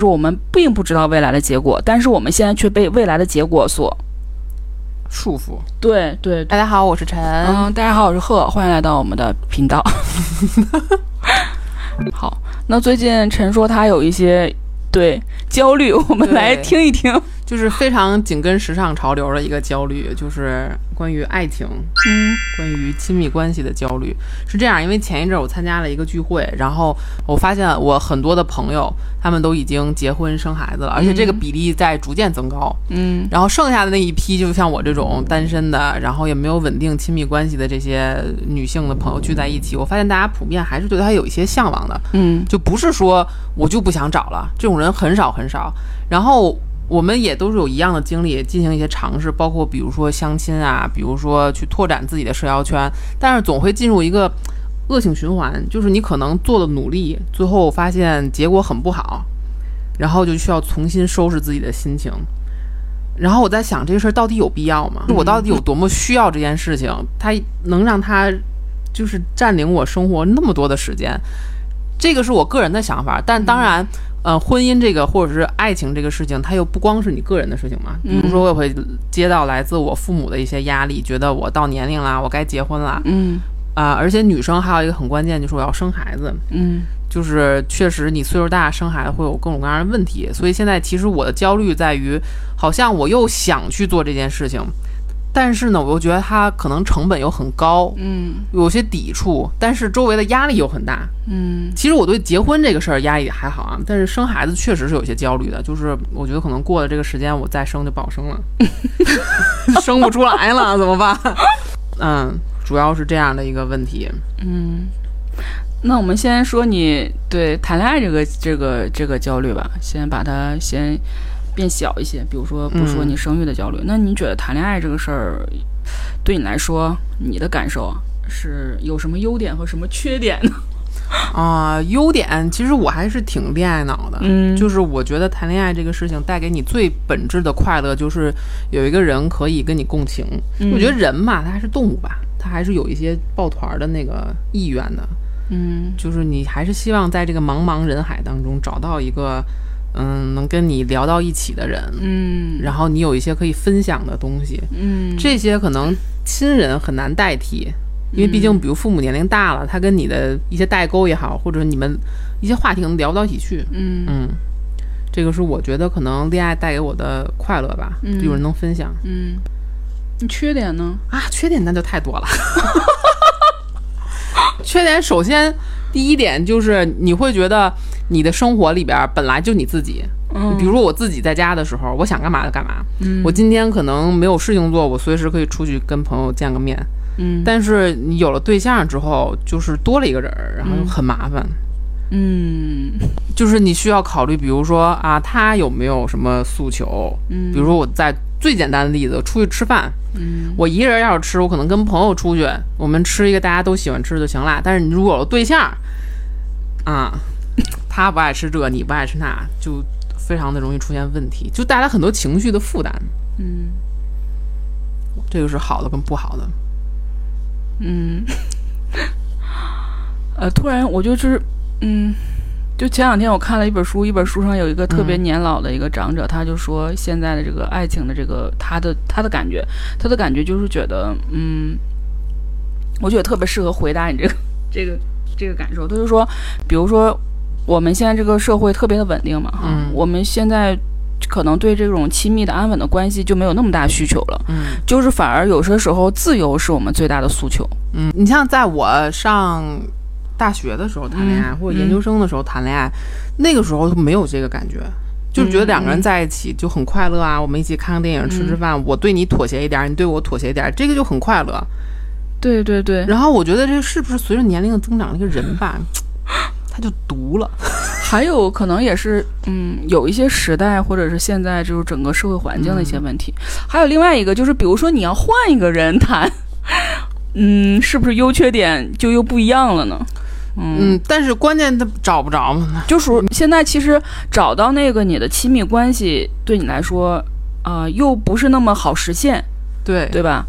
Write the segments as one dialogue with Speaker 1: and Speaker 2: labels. Speaker 1: 说我们并不知道未来的结果，但是我们现在却被未来的结果所
Speaker 2: 束缚。
Speaker 1: 对对对。
Speaker 3: 大家好，我是陈。
Speaker 1: 嗯，大家好，我是贺，欢迎来到我们的频道。 好，那最近陈说他有一些对焦虑，我们
Speaker 2: 对
Speaker 1: 来听一听。
Speaker 2: 就是非常紧跟时尚潮流的一个焦虑，就是关于爱情、
Speaker 1: 嗯
Speaker 2: 关于亲密关系的焦虑。是这样，因为前一阵儿我参加了一个聚会，然后我发现我很多的朋友他们都已经结婚生孩子了，而且这个比例在逐渐增高。
Speaker 1: 嗯
Speaker 2: 然后剩下的那一批，就像我这种单身的，然后也没有稳定亲密关系的这些女性的朋友聚在一起，我发现大家普遍还是对他有一些向往的。
Speaker 1: 嗯
Speaker 2: 就不是说我就不想找了，这种人很少很少。然后我们也都是有一样的经历，进行一些尝试，包括比如说相亲啊，比如说去拓展自己的社交圈，但是总会进入一个恶性循环，就是你可能做的努力，最后发现结果很不好，然后就需要重新收拾自己的心情。然后我在想，这个事儿到底有必要吗？我到底有多么需要这件事情？它能让它就是占领我生活那么多的时间，这个是我个人的想法。但当然，呃，婚姻这个或者是爱情这个事情，它又不光是你个人的事情嘛。比如说，我也会接到来自我父母的一些压力，觉得我到年龄啦，我该结婚啦
Speaker 1: 嗯
Speaker 2: 啊、而且女生还有一个很关键，就是我要生孩子。
Speaker 1: 嗯
Speaker 2: 就是确实你岁数大，生孩子会有各种各样的问题，所以现在其实我的焦虑在于，好像我又想去做这件事情，但是呢，我又觉得它可能成本又很高，
Speaker 1: 嗯
Speaker 2: 有些抵触，但是周围的压力又很大。
Speaker 1: 嗯
Speaker 2: 其实我对结婚这个事儿压力还好啊，但是生孩子确实是有些焦虑的，就是我觉得可能过了这个时间，我再生就不好生了，生不出来了怎么办？嗯，主要是这样的一个问题。
Speaker 1: 嗯。那我们先说你对谈恋爱这个这个这个焦虑吧，先把它先变小一些。比如说，不说
Speaker 2: 嗯
Speaker 1: 你生育的焦虑，那你觉得谈恋爱这个事儿对你来说，你的感受啊是有什么优点和什么缺点呢？
Speaker 2: 啊、优点其实我还是挺恋爱脑的，
Speaker 1: 嗯
Speaker 2: 就是我觉得谈恋爱这个事情带给你最本质的快乐，就是有一个人可以跟你共情。
Speaker 1: 嗯
Speaker 2: 我觉得人嘛，他还是动物吧，他还是有一些抱团儿的那个意愿的，
Speaker 1: 嗯
Speaker 2: 就是你还是希望在这个茫茫人海当中找到一个，嗯，能跟你聊到一起的人，
Speaker 1: 嗯
Speaker 2: 然后你有一些可以分享的东西，
Speaker 1: 嗯
Speaker 2: 这些可能亲人很难代替，因为毕竟比如父母年龄大了，他跟你的一些代沟也好，或者你们一些话题可能聊不到一起去。
Speaker 1: 嗯
Speaker 2: 嗯，这个是我觉得可能恋爱带给我的快乐吧，
Speaker 1: 嗯
Speaker 2: 有人能分享
Speaker 1: 嗯，你缺点呢？
Speaker 2: 啊。缺点那就太多 了。缺点首先第一点就是你会觉得你的生活里边儿本来就你自己，嗯比如说我自己在家的时候，我想干嘛就干嘛。
Speaker 1: 嗯
Speaker 2: 我今天可能没有事情做，我随时可以出去跟朋友见个面。
Speaker 1: 嗯
Speaker 2: 但是你有了对象之后，就是多了一个人儿，然后就很麻烦。
Speaker 1: 嗯
Speaker 2: 就是你需要考虑，比如说啊，他有没有什么诉求？
Speaker 1: 嗯
Speaker 2: 比如说我在最简单的例子，出去吃饭，
Speaker 1: 嗯
Speaker 2: 我一个人要是吃，我可能跟朋友出去，我们吃一个大家都喜欢吃就行了。但是你如果有了对象，啊， 他不爱吃这，你不爱吃那，就非常的容易出现问题，就带来很多情绪的负担。
Speaker 1: 嗯
Speaker 2: 这个是好的跟不好的。
Speaker 1: 嗯，呃，突然我就是嗯。就前两天我看了一本书，一本书上有一个特别年老的一个长者，他就说现在的这个爱情的这个他的他的感觉，他的感觉就是觉得，嗯，我觉得特别适合回答你这个 这个这个感受。他就说，比如说我们现在这个社会特别的稳定嘛，哈、
Speaker 2: 嗯
Speaker 1: 我们现在可能对这种亲密的安稳的关系就没有那么大需求了，
Speaker 2: 嗯
Speaker 1: 就是反而有些时候自由是我们最大的诉求。
Speaker 2: 嗯，你像在我上大学的时候谈恋爱，
Speaker 1: 嗯
Speaker 2: 或者研究生的时候谈恋爱，那个时候就没有这个感觉。就是觉得两个
Speaker 1: 嗯
Speaker 2: 人在一起就很快乐啊，我们一起看个电影、吃吃饭，我对你妥协一点儿，你对我妥协一点儿，这个就很快乐。
Speaker 1: 对对对，
Speaker 2: 然后我觉得这是不是随着年龄的增长，这个人吧，他就毒了。
Speaker 1: 还有可能也是，嗯，有一些时代或者是现在就是整个社会环境的一些问题。还有另外一个就是，比如说你要换一个人谈，嗯，是不是优缺点就又不一样了呢？嗯，
Speaker 2: 嗯，但是关键他找不着嘛。
Speaker 1: 就是现在其实找到那个你的亲密关系，对你来说，呃，又不是那么好实现，
Speaker 2: 对，
Speaker 1: 对吧？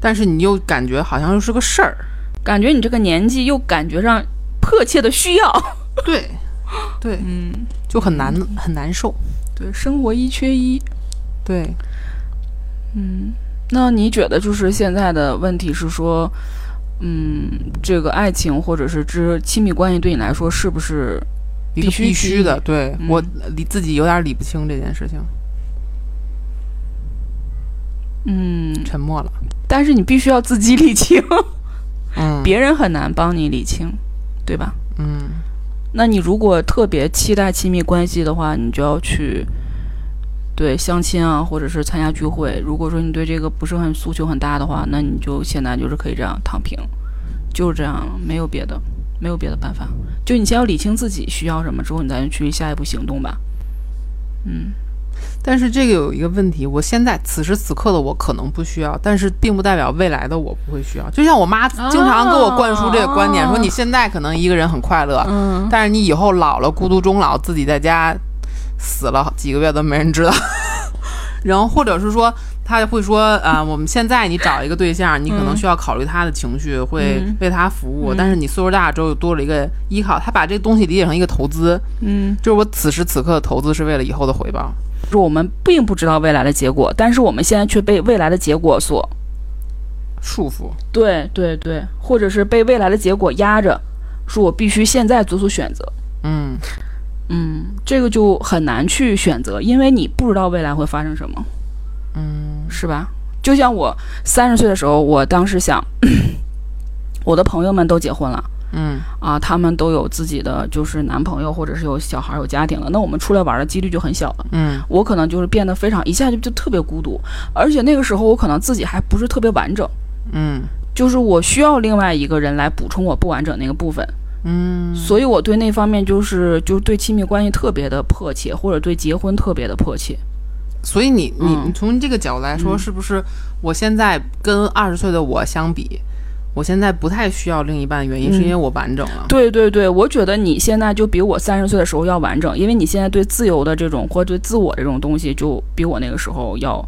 Speaker 2: 但是你又感觉好像 又是个事儿。
Speaker 1: 感觉你这个年纪又感觉上迫切的需要，
Speaker 2: 对，对，
Speaker 1: 嗯，
Speaker 2: 就很难很难受。
Speaker 1: 对，生活一缺一，
Speaker 2: 对，
Speaker 1: 嗯，那你觉得就是现在的问题是说，嗯，这个爱情或者是之亲密关系对你来说是不是
Speaker 2: 一个
Speaker 1: 必须
Speaker 2: 必
Speaker 1: 去
Speaker 2: 须的。对、
Speaker 1: 嗯
Speaker 2: 我理自己有点理不清这件事情，
Speaker 1: 嗯？
Speaker 2: 沉默了。
Speaker 1: 但是你必须要自己理清，
Speaker 2: 嗯，
Speaker 1: 别人很难帮你理清，对吧？
Speaker 2: 嗯，
Speaker 1: 那你如果特别期待亲密关系的话，你就要去对相亲啊，或者是参加聚会。如果说你对这个不是很诉求很大的话，那你就现在就是可以这样躺平，就是这样了，没有别的，没有别的办法。就你先要理清自己需要什么，之后你再去下一步行动吧。嗯，
Speaker 2: 但是这个有一个问题，我现在此时此刻的我可能不需要，但是并不代表未来的我不会需要。就像我妈经常给我灌输这个观点，
Speaker 1: 啊
Speaker 2: 说你现在可能一个人很快乐，
Speaker 1: 嗯
Speaker 2: 但是你以后老了孤独终老，自己在家死了几个月都没人知道。 然后或者是说，他会说啊、我们现在你找一个对象，你可能需要考虑他的情绪，会
Speaker 1: 嗯
Speaker 2: 为他服务。
Speaker 1: 嗯
Speaker 2: 但是你岁数大之后又多了一个依靠，他把这东西理解成一个投资，
Speaker 1: 嗯，
Speaker 2: 就是我此时此刻的投资是为了以后的回报。
Speaker 1: 就是我们并不知道未来的结果，但是我们现在却被未来的结果所
Speaker 2: 束缚，
Speaker 1: 对对对，或者是被未来的结果压着，说我必须现在做出选择。
Speaker 2: 嗯，
Speaker 1: 嗯，这个就很难去选择，因为你不知道未来会发生什么。嗯，是吧？就像我三十岁的时候，我当时想， 我的朋友们都结婚了
Speaker 2: 嗯，
Speaker 1: 啊，他们都有自己的就是男朋友，或者是有小孩、有家庭了，那我们出来玩的几率就很小了。
Speaker 2: 嗯，
Speaker 1: 我可能就是变得非常一下就就特别孤独，而且那个时候我可能自己还不是特别完整。
Speaker 2: 嗯，
Speaker 1: 就是我需要另外一个人来补充我不完整那个部分。嗯，所以我对那方面就是就是对亲密关系特别的迫切，或者对结婚特别的迫切。
Speaker 2: 所以你你
Speaker 1: 嗯
Speaker 2: 你从这个角度来说，是不是我现在跟二十岁的我相比，我现在不太需要另一半，原因是因为我完整了。
Speaker 1: 对对对，我觉得你现在就比我三十岁的时候要完整，因为你现在对自由的这种或者对自我这种东西，就比我那个时候要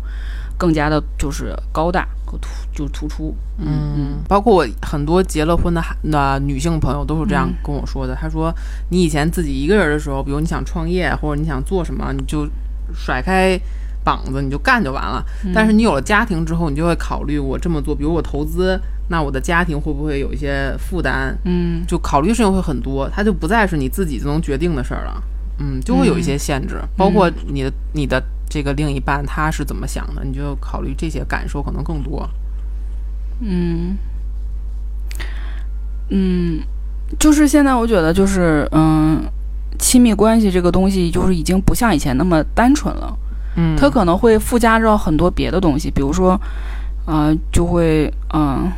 Speaker 1: 更加的就是高大和突就突出。
Speaker 2: 嗯，包括我很多结了婚的孩那女性朋友都是这样跟我说的。她说，你以前自己一个人的时候，比如你想创业或者你想做什么，你就甩开膀子你就干就完了。但是你有了家庭之后，你就会考虑我这么做，比如我投资，那我的家庭会不会有一些负担？
Speaker 1: 嗯，
Speaker 2: 就考虑事情会很多，它就不再是你自己就能决定的事儿了。嗯，就会有一些限制，包括你的你的这个另一半他是怎么想的，你就考虑这些感受可能更多。
Speaker 1: 嗯，嗯，就是现在我觉得就是嗯，亲密关系这个东西就是已经不像以前那么单纯了，
Speaker 2: 嗯
Speaker 1: 它可能会附加到很多别的东西，比如说，呃，就会嗯、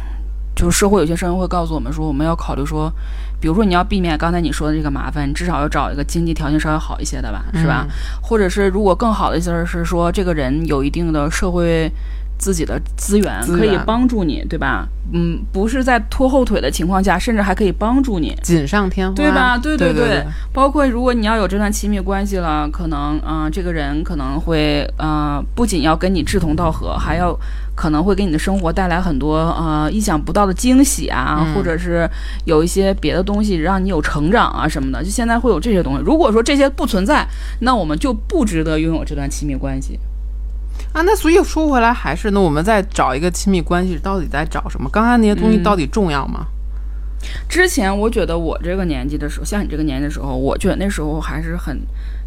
Speaker 1: 就是社会有些声音会告诉我们说，我们要考虑说，比如说你要避免刚才你说的这个麻烦，你至少要找一个经济条件稍微好一些的吧，
Speaker 2: 嗯
Speaker 1: 是吧？？或者是如果更好的意思是说，这个人有一定的社会自己的资源，
Speaker 2: 资源
Speaker 1: 可以帮助你，对吧？嗯，不是在拖后腿的情况下，甚至还可以帮助你，
Speaker 2: 锦上添花，
Speaker 1: 对吧？？对
Speaker 2: 对
Speaker 1: 对
Speaker 2: 对，
Speaker 1: 包括如果你要有这段亲密关系了，可能啊、呃这个人可能会啊、呃不仅要跟你志同道合，还要可能会给你的生活带来很多呃意想不到的惊喜啊，
Speaker 2: 嗯
Speaker 1: 或者是有一些别的东西让你有成长啊什么的。就现在会有这些东西。如果说这些不存在，那我们就不值得拥有这段亲密关系。
Speaker 2: 啊，那所以说回来还是那我们再找一个亲密关系，到底在找什么？刚才那些东西
Speaker 1: 嗯
Speaker 2: 到底重要吗？
Speaker 1: 之前我觉得我这个年纪的时候，像你这个年纪的时候，我觉得那时候还是很，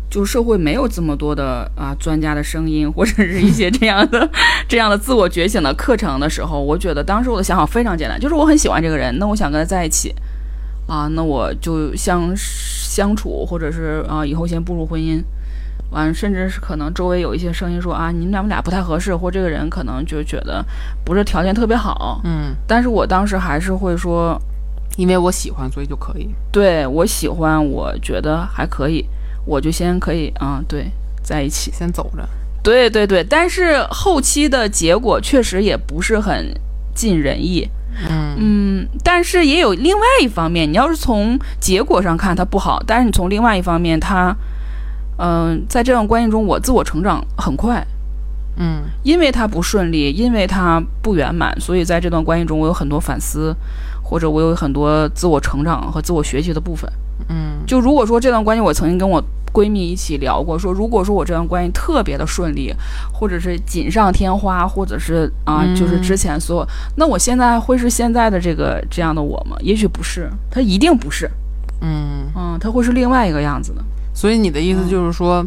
Speaker 1: 就社会没有这么多的啊专家的声音，或者是一些这样的 这样的自我觉醒的课程的时候，我觉得当时我的想法非常简单，就是我很喜欢这个人，那我想跟他在一起，啊，那我就相相处，或者是啊以后先步入婚姻。完，甚至是可能周围有一些声音说啊，你们俩俩不太合适，或这个人可能就觉得不是条件特别好。
Speaker 2: 嗯，
Speaker 1: 但是我当时还是会说，
Speaker 2: 因为我喜欢，所以就可以。
Speaker 1: 对我喜欢，我觉得还可以，我就先可以啊、对，在一起。
Speaker 2: 先走着，
Speaker 1: 对对对，但是后期的结果确实也不是很尽人意。
Speaker 2: 嗯
Speaker 1: 嗯，但是也有另外一方面，你要是从结果上看它不好，但是你从另外一方面，它，嗯、在这段关系中，我自我成长很快，
Speaker 2: 嗯
Speaker 1: 因为它不顺利，因为它不圆满，所以在这段关系中，我有很多反思，或者我有很多自我成长和自我学习的部分。
Speaker 2: 嗯
Speaker 1: 就如果说这段关系，我曾经跟我闺蜜一起聊过，说如果说我这段关系特别的顺利，或者是锦上添花，或者是啊、
Speaker 2: 嗯
Speaker 1: 就是之前所有，那我现在会是现在的这个这样的我吗？也许不是，他一定不是，
Speaker 2: 嗯，
Speaker 1: 嗯，他会是另外一个样子的。
Speaker 2: 所以你的意思就是说，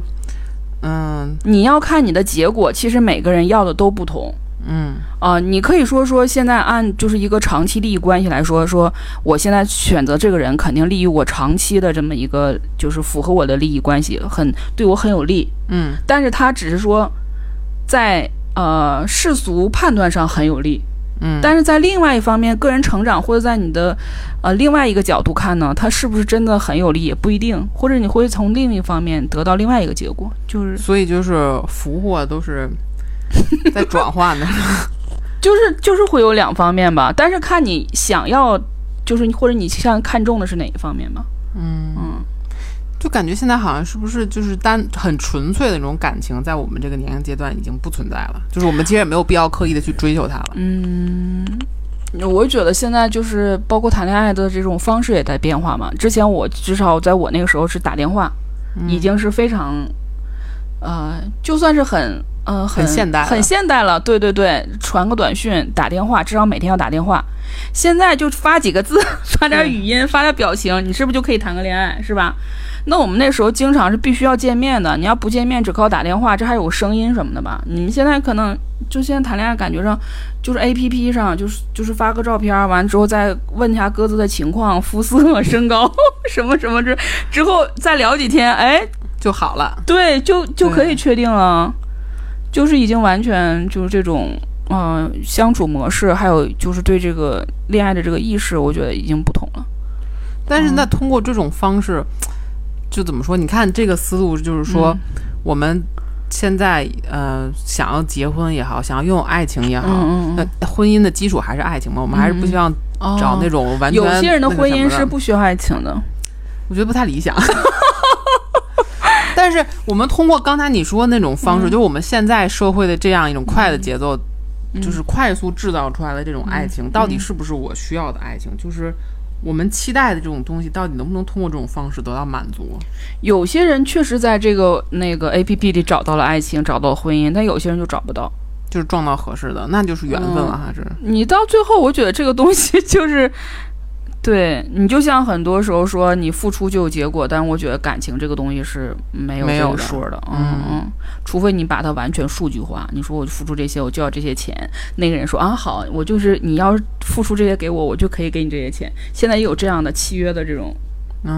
Speaker 2: 嗯
Speaker 1: 你要看你的结果，其实每个人要的都不同。
Speaker 2: 嗯
Speaker 1: 啊、你可以说说现在按就是一个长期利益关系来说，说我现在选择这个人，肯定利于我长期的这么一个，就是符合我的利益关系，很对我很有利。
Speaker 2: 嗯
Speaker 1: 但是他只是说在呃世俗判断上很有利，
Speaker 2: 嗯，
Speaker 1: 但是在另外一方面，个人成长或者在你的呃另外一个角度看呢，他是不是真的很有利也不一定，或者你会从另一方面得到另外一个结果，就是
Speaker 2: 所以就是福祸都 是在转换的。
Speaker 1: 就是就是会有两方面吧，但是看你想要。就是你或者你像看重的是哪一方面吧？
Speaker 2: 就感觉现在好像是不是就是单很纯粹的那种感情，在我们这个年龄阶段已经不存在了，就是我们其实也没有必要刻意的去追求它
Speaker 1: 嗯
Speaker 2: 了。
Speaker 1: 我觉得现在就是包括谈恋爱的这种方式也在变化嘛。之前我至少在我那个时候是打电话，
Speaker 2: 嗯
Speaker 1: 已经是非常，呃，就算是很呃很
Speaker 2: 很现代了
Speaker 1: 很现代了。对对对，传个短讯，打电话，至少每天要打电话。现在就发几个字， 发点语音，发点表情，你是不是就可以谈个恋爱，是吧？那我们那时候经常是必须要见面的，你要不见面，只靠打电话，这还有声音什么的吧？你们现在可能就现在谈恋爱，感觉上就是 A P P 上，就是就是发个照片儿，完之后再问一下各自的情况、肤色、 身高什么什么之之后再聊几天，哎，
Speaker 2: 就好了。
Speaker 1: 对，就就可以
Speaker 2: 对
Speaker 1: 确定了，就是已经完全就是这种嗯、呃相处模式，还有就是对这个恋爱的这个意识，我觉得已经不同了。
Speaker 2: 但
Speaker 1: 嗯
Speaker 2: 是那通过这种方式，就怎么说？你看这个思路，就是
Speaker 1: 嗯
Speaker 2: 说、我们现在呃想要结婚也好，想要拥有爱情也好，
Speaker 1: 嗯嗯嗯，
Speaker 2: 那婚姻的基础还是爱情嘛，我们还是不希望嗯找那
Speaker 1: 哦
Speaker 2: 种完全、
Speaker 1: 有些人的婚姻是
Speaker 2: 不，
Speaker 1: 不需要爱情的，
Speaker 2: 我觉得不太理想。但是我们通过刚才你说的那种方
Speaker 1: 嗯
Speaker 2: 式，就是我们现在社会的这样一种快的节奏，
Speaker 1: 嗯
Speaker 2: 就是快速制造出来的这种爱情，到底是不是我需要的爱
Speaker 1: 嗯
Speaker 2: 情？就是我们期待的这种东西，到底能不能通过这种方式得到满足？
Speaker 1: 有些人确实在这个那个 A P P 里找到了爱情，找到了婚姻，但有些人就找不到。
Speaker 2: 就是撞到合适的，那就是缘分
Speaker 1: 嗯
Speaker 2: 了，还是
Speaker 1: 你到最后，我觉得这个东西 就是，对你就像很多时候说你付出就有结果，但我觉得感情这个东西是没有
Speaker 2: 没
Speaker 1: 这
Speaker 2: 有
Speaker 1: 个
Speaker 2: 的
Speaker 1: 数儿的，嗯嗯，除非你把它完全数据化，你说我付出这些，我就要这些钱，那个人说啊好，我就是你要是付出这些给我，我就可以给你这些钱，现在也有这样的契约的这种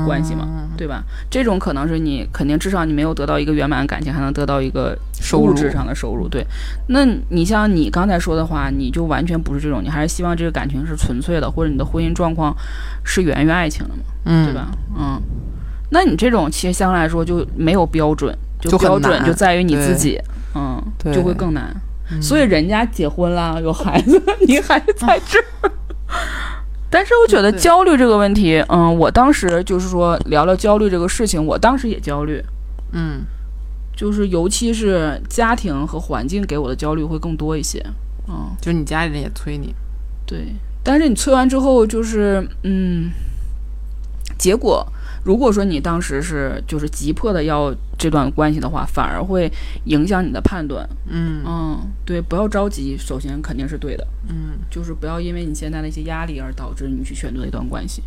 Speaker 1: 关系嘛，
Speaker 2: 嗯
Speaker 1: 对吧？这种可能是你肯定至少你没有得到一个圆满的感情，还能得到一个
Speaker 2: 收
Speaker 1: 物
Speaker 2: 入
Speaker 1: 质上的收入。对，那你像你刚才说的话，你就完全不是这种，你还是希望这个感情是纯粹的，或者你的婚姻状况是源于爱情的嘛，
Speaker 2: 嗯，
Speaker 1: 对？吧？嗯，那你这种其实相对来说就没有标准，就
Speaker 2: 就很
Speaker 1: 标准
Speaker 2: 难
Speaker 1: 就在于你
Speaker 2: 对
Speaker 1: 自己，嗯，
Speaker 2: 对嗯
Speaker 1: 就会更难。所以人家结婚啦，有孩子，你还在这儿。 但是我觉得
Speaker 2: 嗯对
Speaker 1: 焦虑这个问题，嗯，我当时就是说聊聊焦虑这个事情，我当时也焦虑，
Speaker 2: 嗯
Speaker 1: 就是尤其是家庭和环境给我的焦虑会更多一些，嗯。
Speaker 2: 就是你家里人也催你，
Speaker 1: 对，但是你催完之后，就是嗯，结果如果说你当时是就是急迫的要这段关系的话，反而会影响你的判断。
Speaker 2: 嗯
Speaker 1: 嗯，对，不要着急，首先肯定是对的，
Speaker 2: 嗯
Speaker 1: 就是不要因为你现在的一些压力而导致你去选择一段关系，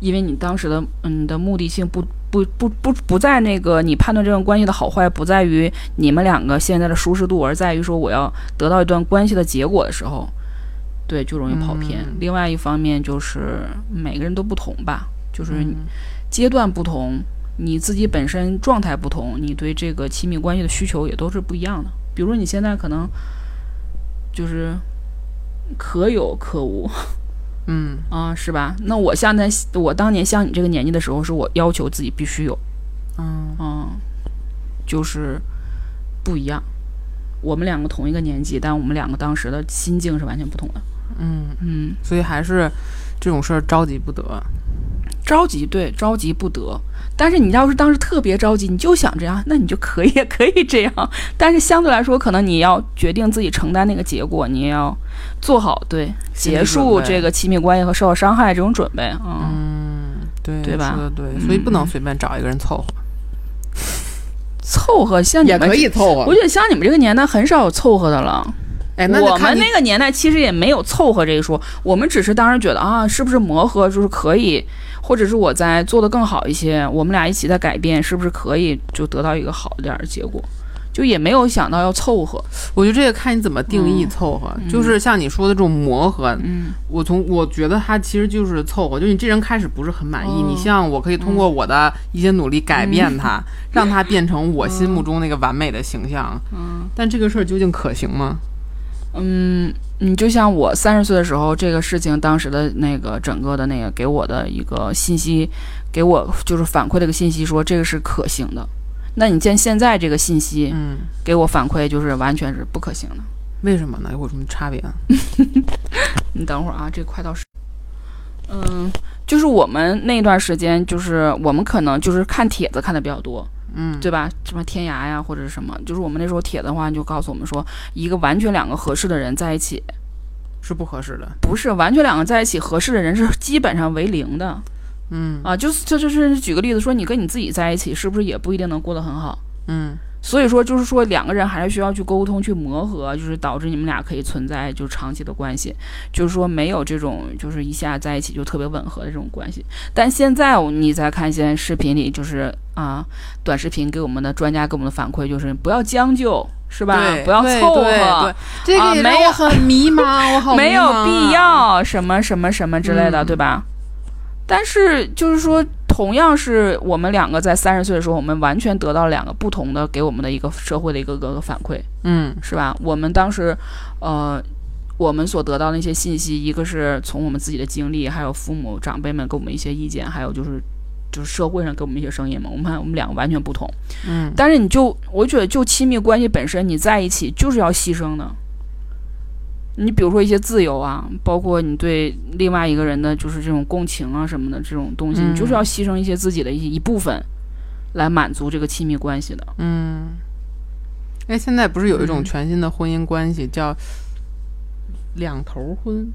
Speaker 1: 因为你当时的嗯你的目的性不不不不不在那个你判断这段关系的好坏，不在于你们两个现在的舒适度，而在于说我要得到一段关系的结果的时候，对，就容易跑偏。
Speaker 2: 嗯
Speaker 1: 另外一方面就是每个人都不同吧，就是阶段不同，你自己本身状态不同，你对这个亲密关系的需求也都是不一样的。比如说你现在可能就是可有可无
Speaker 2: 嗯
Speaker 1: 啊，是吧？那我现在我当年像你这个年纪的时候，是我要求自己必须有，
Speaker 2: 嗯
Speaker 1: 嗯，就是不一样。我们两个同一个年纪，但我们两个当时的心境是完全不同的。
Speaker 2: 嗯，
Speaker 1: 嗯，
Speaker 2: 所以还是这种事儿着急不得。
Speaker 1: 着急，对，着急不得。但是你要是当时特别着急，你就想这样，那你就可以 可以这样。但是相对来说，可能你要决定自己承担那个结果，你也要做好对
Speaker 2: 心
Speaker 1: 结
Speaker 2: 理准
Speaker 1: 束
Speaker 2: 备
Speaker 1: 这个亲密关系和受到伤害这种准备。嗯，
Speaker 2: 对
Speaker 1: 对吧
Speaker 2: 说的对，所以不能随便找一个人凑合。
Speaker 1: 凑合像你
Speaker 2: 也
Speaker 1: 们
Speaker 2: 可以凑合
Speaker 1: 我。觉得像你们这个年代很少有凑合的了。
Speaker 2: 哎，哦那就
Speaker 1: 我
Speaker 2: 看
Speaker 1: 们
Speaker 2: 你
Speaker 1: 那个年代其实也没有凑合这一说，我们只是当时觉得啊，是不是磨合就是可以，或者是我在做的更好一些，我们俩一起在改变，是不是可以就得到一个好一点的结果？就也没有想到要凑合，
Speaker 2: 我觉得这个看你怎么定义凑合，就是像你说的这种磨合，
Speaker 1: 嗯
Speaker 2: 我从我觉得他其实就是凑合，就你这人开始不是很满意，
Speaker 1: 哦嗯
Speaker 2: 你希望我可以通过我的一些努力改变他，让他变成我心目中那个完美的形象，
Speaker 1: 嗯
Speaker 2: 但这个事儿究竟可行吗？
Speaker 1: 嗯，你就像我三十岁的时候，这个事情当时的那个整个的那个给我的一个信息，给我就是反馈的一个信息说这个是可行的。那你见现在这个信息
Speaker 2: 嗯，
Speaker 1: 给我反馈就是完全是不可行的。
Speaker 2: 为什么呢？有什么差别啊？
Speaker 1: 你等会儿啊，这快到十。嗯，就是我们那段时间，就是我们可能就是看帖子看的比较多，
Speaker 2: 嗯，
Speaker 1: 对吧？什么天涯呀，或者是什么，就是我们那时候帖子的话，就告诉我们说，一个完全两个合适的人在一起，
Speaker 2: 是不合适的。
Speaker 1: 不是完全两个在一起合适的人是基本上为零的
Speaker 2: 嗯
Speaker 1: 啊。就是这就是举个例子说，你跟你自己在一起，是不是也不一定能过得很好？
Speaker 2: 嗯，
Speaker 1: 所以说，就是说两个人还是需要去沟通、去磨合，就是导致你们俩可以存在就长期的关系，就是说没有这种就是一下在一起就特别吻合的这种关系。但现在我你再看现在视频里，就是啊，短视频给我们的专家给我们的反馈就是不要将就，是吧
Speaker 2: 对，？
Speaker 1: 不要
Speaker 2: 对
Speaker 1: 凑合，
Speaker 2: 对对这
Speaker 1: 啊
Speaker 2: 个也让
Speaker 1: 没有
Speaker 2: 我很迷茫，我 好
Speaker 1: 没
Speaker 2: 迷
Speaker 1: 有
Speaker 2: 茫啊
Speaker 1: 必。要什么什么什么之类的，
Speaker 2: 嗯
Speaker 1: 对吧？但是就是说，同样是我们两个在三十岁的时候，我们完全得到两个不同的给我们的一个社会的一个个个反馈，
Speaker 2: 嗯
Speaker 1: 是吧？我们当时，呃，我们所得到的一些信息，一个是从我们自己的经历，还有父母长辈们给我们一些意见，还有就是就是社会上给我们一些声音嘛。我们看我们两个完全不同，
Speaker 2: 嗯，
Speaker 1: 但是你就我觉得就亲密关系本身，你在一起就是要牺牲的。你比如说一些自由啊，包括你对另外一个人的就是这种共情啊什么的这种东西，
Speaker 2: 嗯
Speaker 1: 你就是要牺牲一些自己的一一部分，来满足这个亲密关系的。
Speaker 2: 哎，现在不是有一种
Speaker 1: 嗯
Speaker 2: 全新的婚姻关系叫两头婚？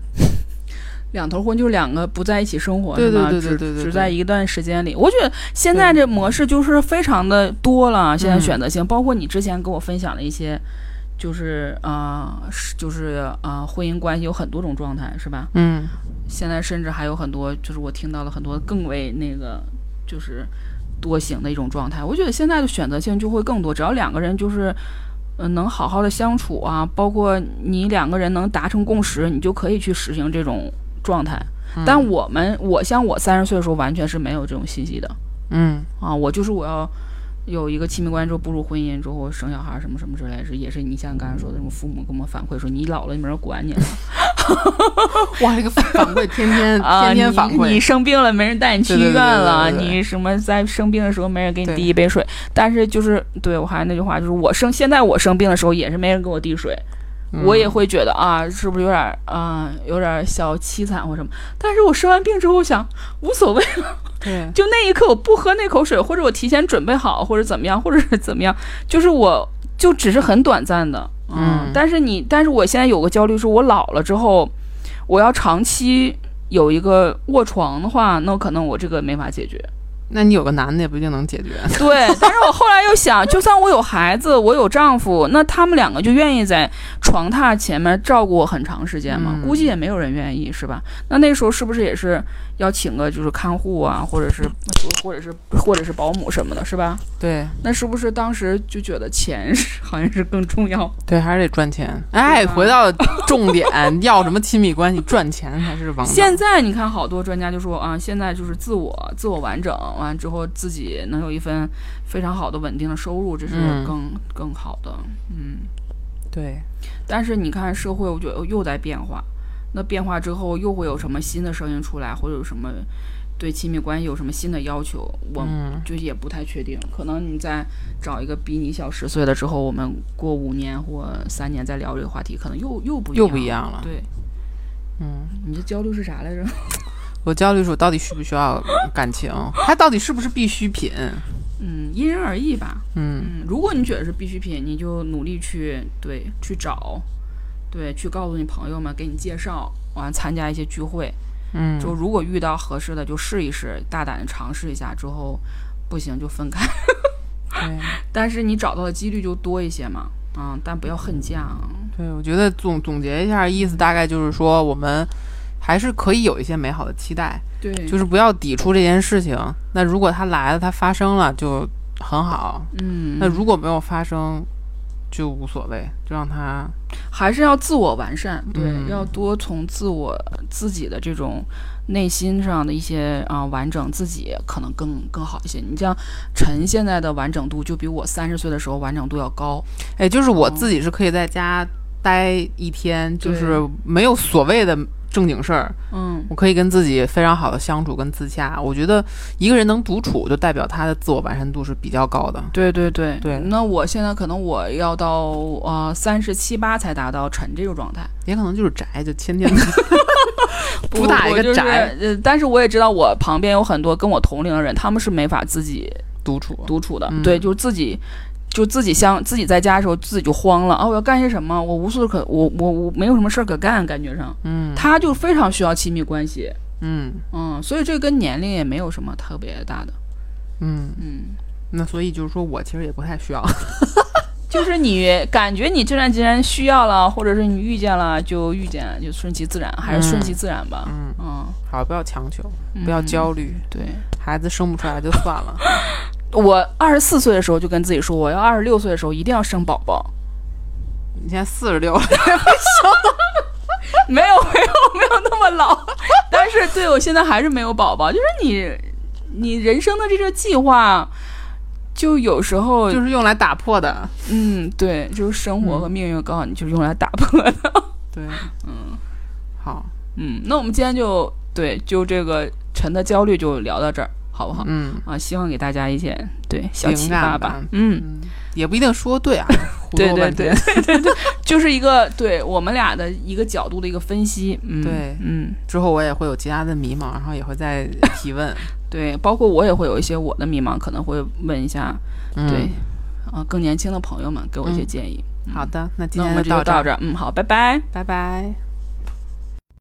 Speaker 1: 两头婚就是两个不在一起生活，
Speaker 2: 对
Speaker 1: 是吧
Speaker 2: 对对对
Speaker 1: 只
Speaker 2: 对对对
Speaker 1: 只在一段时间里。我觉得现在这模式就是非常的多了，现在
Speaker 2: 嗯
Speaker 1: 选择性，包括你之前跟我分享的一些，就是啊、是就是啊、婚姻关系有很多种状态，是吧？
Speaker 2: 嗯
Speaker 1: 现在甚至还有很多，就是我听到了很多更为那个就是多型的一种状态。我觉得现在的选择性就会更多，只要两个人就是。嗯、能好好的相处啊，包括你两个人能达成共识，你就可以去实行这种状态。但我们，我像我三十岁的时候，完全是没有这种信息的
Speaker 2: 嗯
Speaker 1: 啊。我就是我要有一个亲密关系之后步入婚姻之后生小孩什么什么之类的，是也是你像刚才说的，什么父母给我们反馈说你老了，你没人管你了。
Speaker 2: 哇，这个反馈天天
Speaker 1: 啊，
Speaker 2: 天天反
Speaker 1: 你。你
Speaker 2: 馈，
Speaker 1: 生病了，没人带你去
Speaker 2: 对对
Speaker 1: 医
Speaker 2: 对
Speaker 1: 院了。
Speaker 2: 对对对对
Speaker 1: 你什么在生病的时候没人给你
Speaker 2: 对
Speaker 1: 递一杯水，但是就是对我还是那句话，就是我生现在我生病的时候也是没人给我递水，
Speaker 2: 嗯
Speaker 1: 我也会觉得啊，是不是有点啊、有点小凄惨或什么？但是我生完病之后我想无所谓，
Speaker 2: 对，
Speaker 1: 就那一刻我不喝那口水，或者我提前准备好，或者怎么样，或者是怎么样，就是我就只是很短暂的，
Speaker 2: 嗯
Speaker 1: 但是你，但是我现在有个焦虑，是我老了之后，我要长期有一个卧床的话，那可能我这个没法解决。
Speaker 2: 那你有个男的也不一定能解决。
Speaker 1: 对，但是我后来又想，就算我有孩子，我有丈夫，那他们两个就愿意在床榻前面照顾我很长时间吗？
Speaker 2: 嗯
Speaker 1: 估计也没有人愿意，是吧？那那时候是不是也是要请个就是看护啊，或者是或者是或者是保姆什么的，是吧？
Speaker 2: 对
Speaker 1: 那是不是当时就觉得钱是 好像是更重要？
Speaker 2: 对，还是得赚钱。哎，
Speaker 1: 对吧
Speaker 2: 回到重点， 要什么亲密关系？赚钱才是王道。
Speaker 1: 现在你看，好多专家就说啊，现在就是自我自我完整，完之后自己能有一份非常好的稳定的收入，这是
Speaker 2: 嗯
Speaker 1: 更、更好的。嗯，
Speaker 2: 对，
Speaker 1: 但是你看社会，我觉得又在变化。那变化之后又会有什么新的声音出来，或者有什么对亲密关系有什么新的要求？我
Speaker 2: 嗯
Speaker 1: 就也不太确定。可能你再找一个比你小十岁的之后，我们过五年或三年再聊这个话题，可能又又不一
Speaker 2: 又
Speaker 1: 样
Speaker 2: 不一样了
Speaker 1: 对，
Speaker 2: 嗯，
Speaker 1: 你的焦虑是啥来着？
Speaker 2: 我焦虑是我到底需不需要感情，它到底是不是必需品？
Speaker 1: 嗯，因人而异吧。
Speaker 2: 嗯，
Speaker 1: 嗯，如果你觉得是必需品，你就努力去对去找，对去告诉你朋友们，给你介绍，完参加一些聚会，
Speaker 2: 嗯，
Speaker 1: 就如果遇到合适的就试一试，大胆的尝试一下，之后不行就分开。
Speaker 2: 对
Speaker 1: 但是你找到的几率就多一些嘛，嗯，但不要恨嫁啊。
Speaker 2: 对，我觉得总总结一下，意思大概就是说，我们还是可以有一些美好的期待，
Speaker 1: 对，
Speaker 2: 就是不要抵触这件事情。那如果它来了，它发生了，就很好；
Speaker 1: 嗯，
Speaker 2: 那如果没有发生，就无所谓，就让它
Speaker 1: 还是要自我完善，对，
Speaker 2: 嗯
Speaker 1: 要多从自我自己的这种内心上的一些啊、完整，自己可能更更好一些。你像陈现在的完整度，就比我三十岁的时候完整度要高。
Speaker 2: 哎，就是
Speaker 1: 哦
Speaker 2: 我自己是可以在家待一天，就是没有所谓的正经事儿，
Speaker 1: 嗯，
Speaker 2: 我可以跟自己非常好的相处，跟自洽。我觉得一个人能独处，就代表他的自我完善度是比较高的。
Speaker 1: 对对对
Speaker 2: 对
Speaker 1: 那我现在可能我要到呃三十七八才达到陈这种状态，
Speaker 2: 也可能就是宅，就天 天主打一
Speaker 1: 我
Speaker 2: 个
Speaker 1: 就是
Speaker 2: 宅
Speaker 1: 呃，但是我也知道我旁边有很多跟我同龄的人，他们是没法自己
Speaker 2: 独处。
Speaker 1: 独处的，
Speaker 2: 嗯
Speaker 1: 对，就是自己。就自己相自己在家的时候，自己就慌了啊！我要干些什么？我无事可我我我没有什么事儿可干，感觉上，
Speaker 2: 嗯
Speaker 1: 他就非常需要亲密关系，
Speaker 2: 嗯
Speaker 1: 嗯，所以这跟年龄也没有什么特别大的，
Speaker 2: 嗯，
Speaker 1: 嗯，
Speaker 2: 那所以就是说我其实也不 太需要。
Speaker 1: 就是 你感觉你这段时间需要了，或者是你遇见了，就遇见，就顺其自然，还是顺其自然吧，
Speaker 2: 嗯，
Speaker 1: 嗯，
Speaker 2: 好，不要强求，不要
Speaker 1: 嗯
Speaker 2: 焦虑，
Speaker 1: 对。
Speaker 2: 孩子生不出来就算了。
Speaker 1: 我二十四岁的时候就跟自己说，我要二十六岁的时候一定要生宝宝，嗯
Speaker 2: 你现在四十 六了，
Speaker 1: 没有没有没有那么老， 但是对我现在还是没有宝宝。就是你你人生的这个计划，就有时候
Speaker 2: 就是用来打破的。
Speaker 1: 嗯，对，就是生活和命运刚好你就是用来打破的。
Speaker 2: 对，
Speaker 1: 嗯
Speaker 2: 好，
Speaker 1: 嗯，那我们今天就对就这个陈的焦虑就聊到这儿，好不好？
Speaker 2: 嗯。
Speaker 1: 啊，希望给大家一些对小
Speaker 2: 灵
Speaker 1: 启
Speaker 2: 感
Speaker 1: 发
Speaker 2: 吧
Speaker 1: 吧。嗯，
Speaker 2: 嗯，也不一定说对啊，胡
Speaker 1: 对
Speaker 2: 诌
Speaker 1: 对
Speaker 2: 半
Speaker 1: 对
Speaker 2: 天。
Speaker 1: 就是一个对我们俩的一个角度的一个分析。嗯，
Speaker 2: 对
Speaker 1: 嗯。
Speaker 2: 之后我也会有其他的迷茫，然后也会再 提问。
Speaker 1: 对，包括我也会有一些我的迷茫，可能会问一下，
Speaker 2: 嗯
Speaker 1: 对，，啊，更年轻的朋友们给我一些
Speaker 2: 嗯
Speaker 1: 建议。
Speaker 2: 好的，那今
Speaker 1: 嗯那我
Speaker 2: 天
Speaker 1: 们
Speaker 2: 就
Speaker 1: 这就
Speaker 2: 到
Speaker 1: 到
Speaker 2: 这
Speaker 1: 这
Speaker 2: 儿，
Speaker 1: 儿，嗯，好，拜拜。
Speaker 2: 拜拜。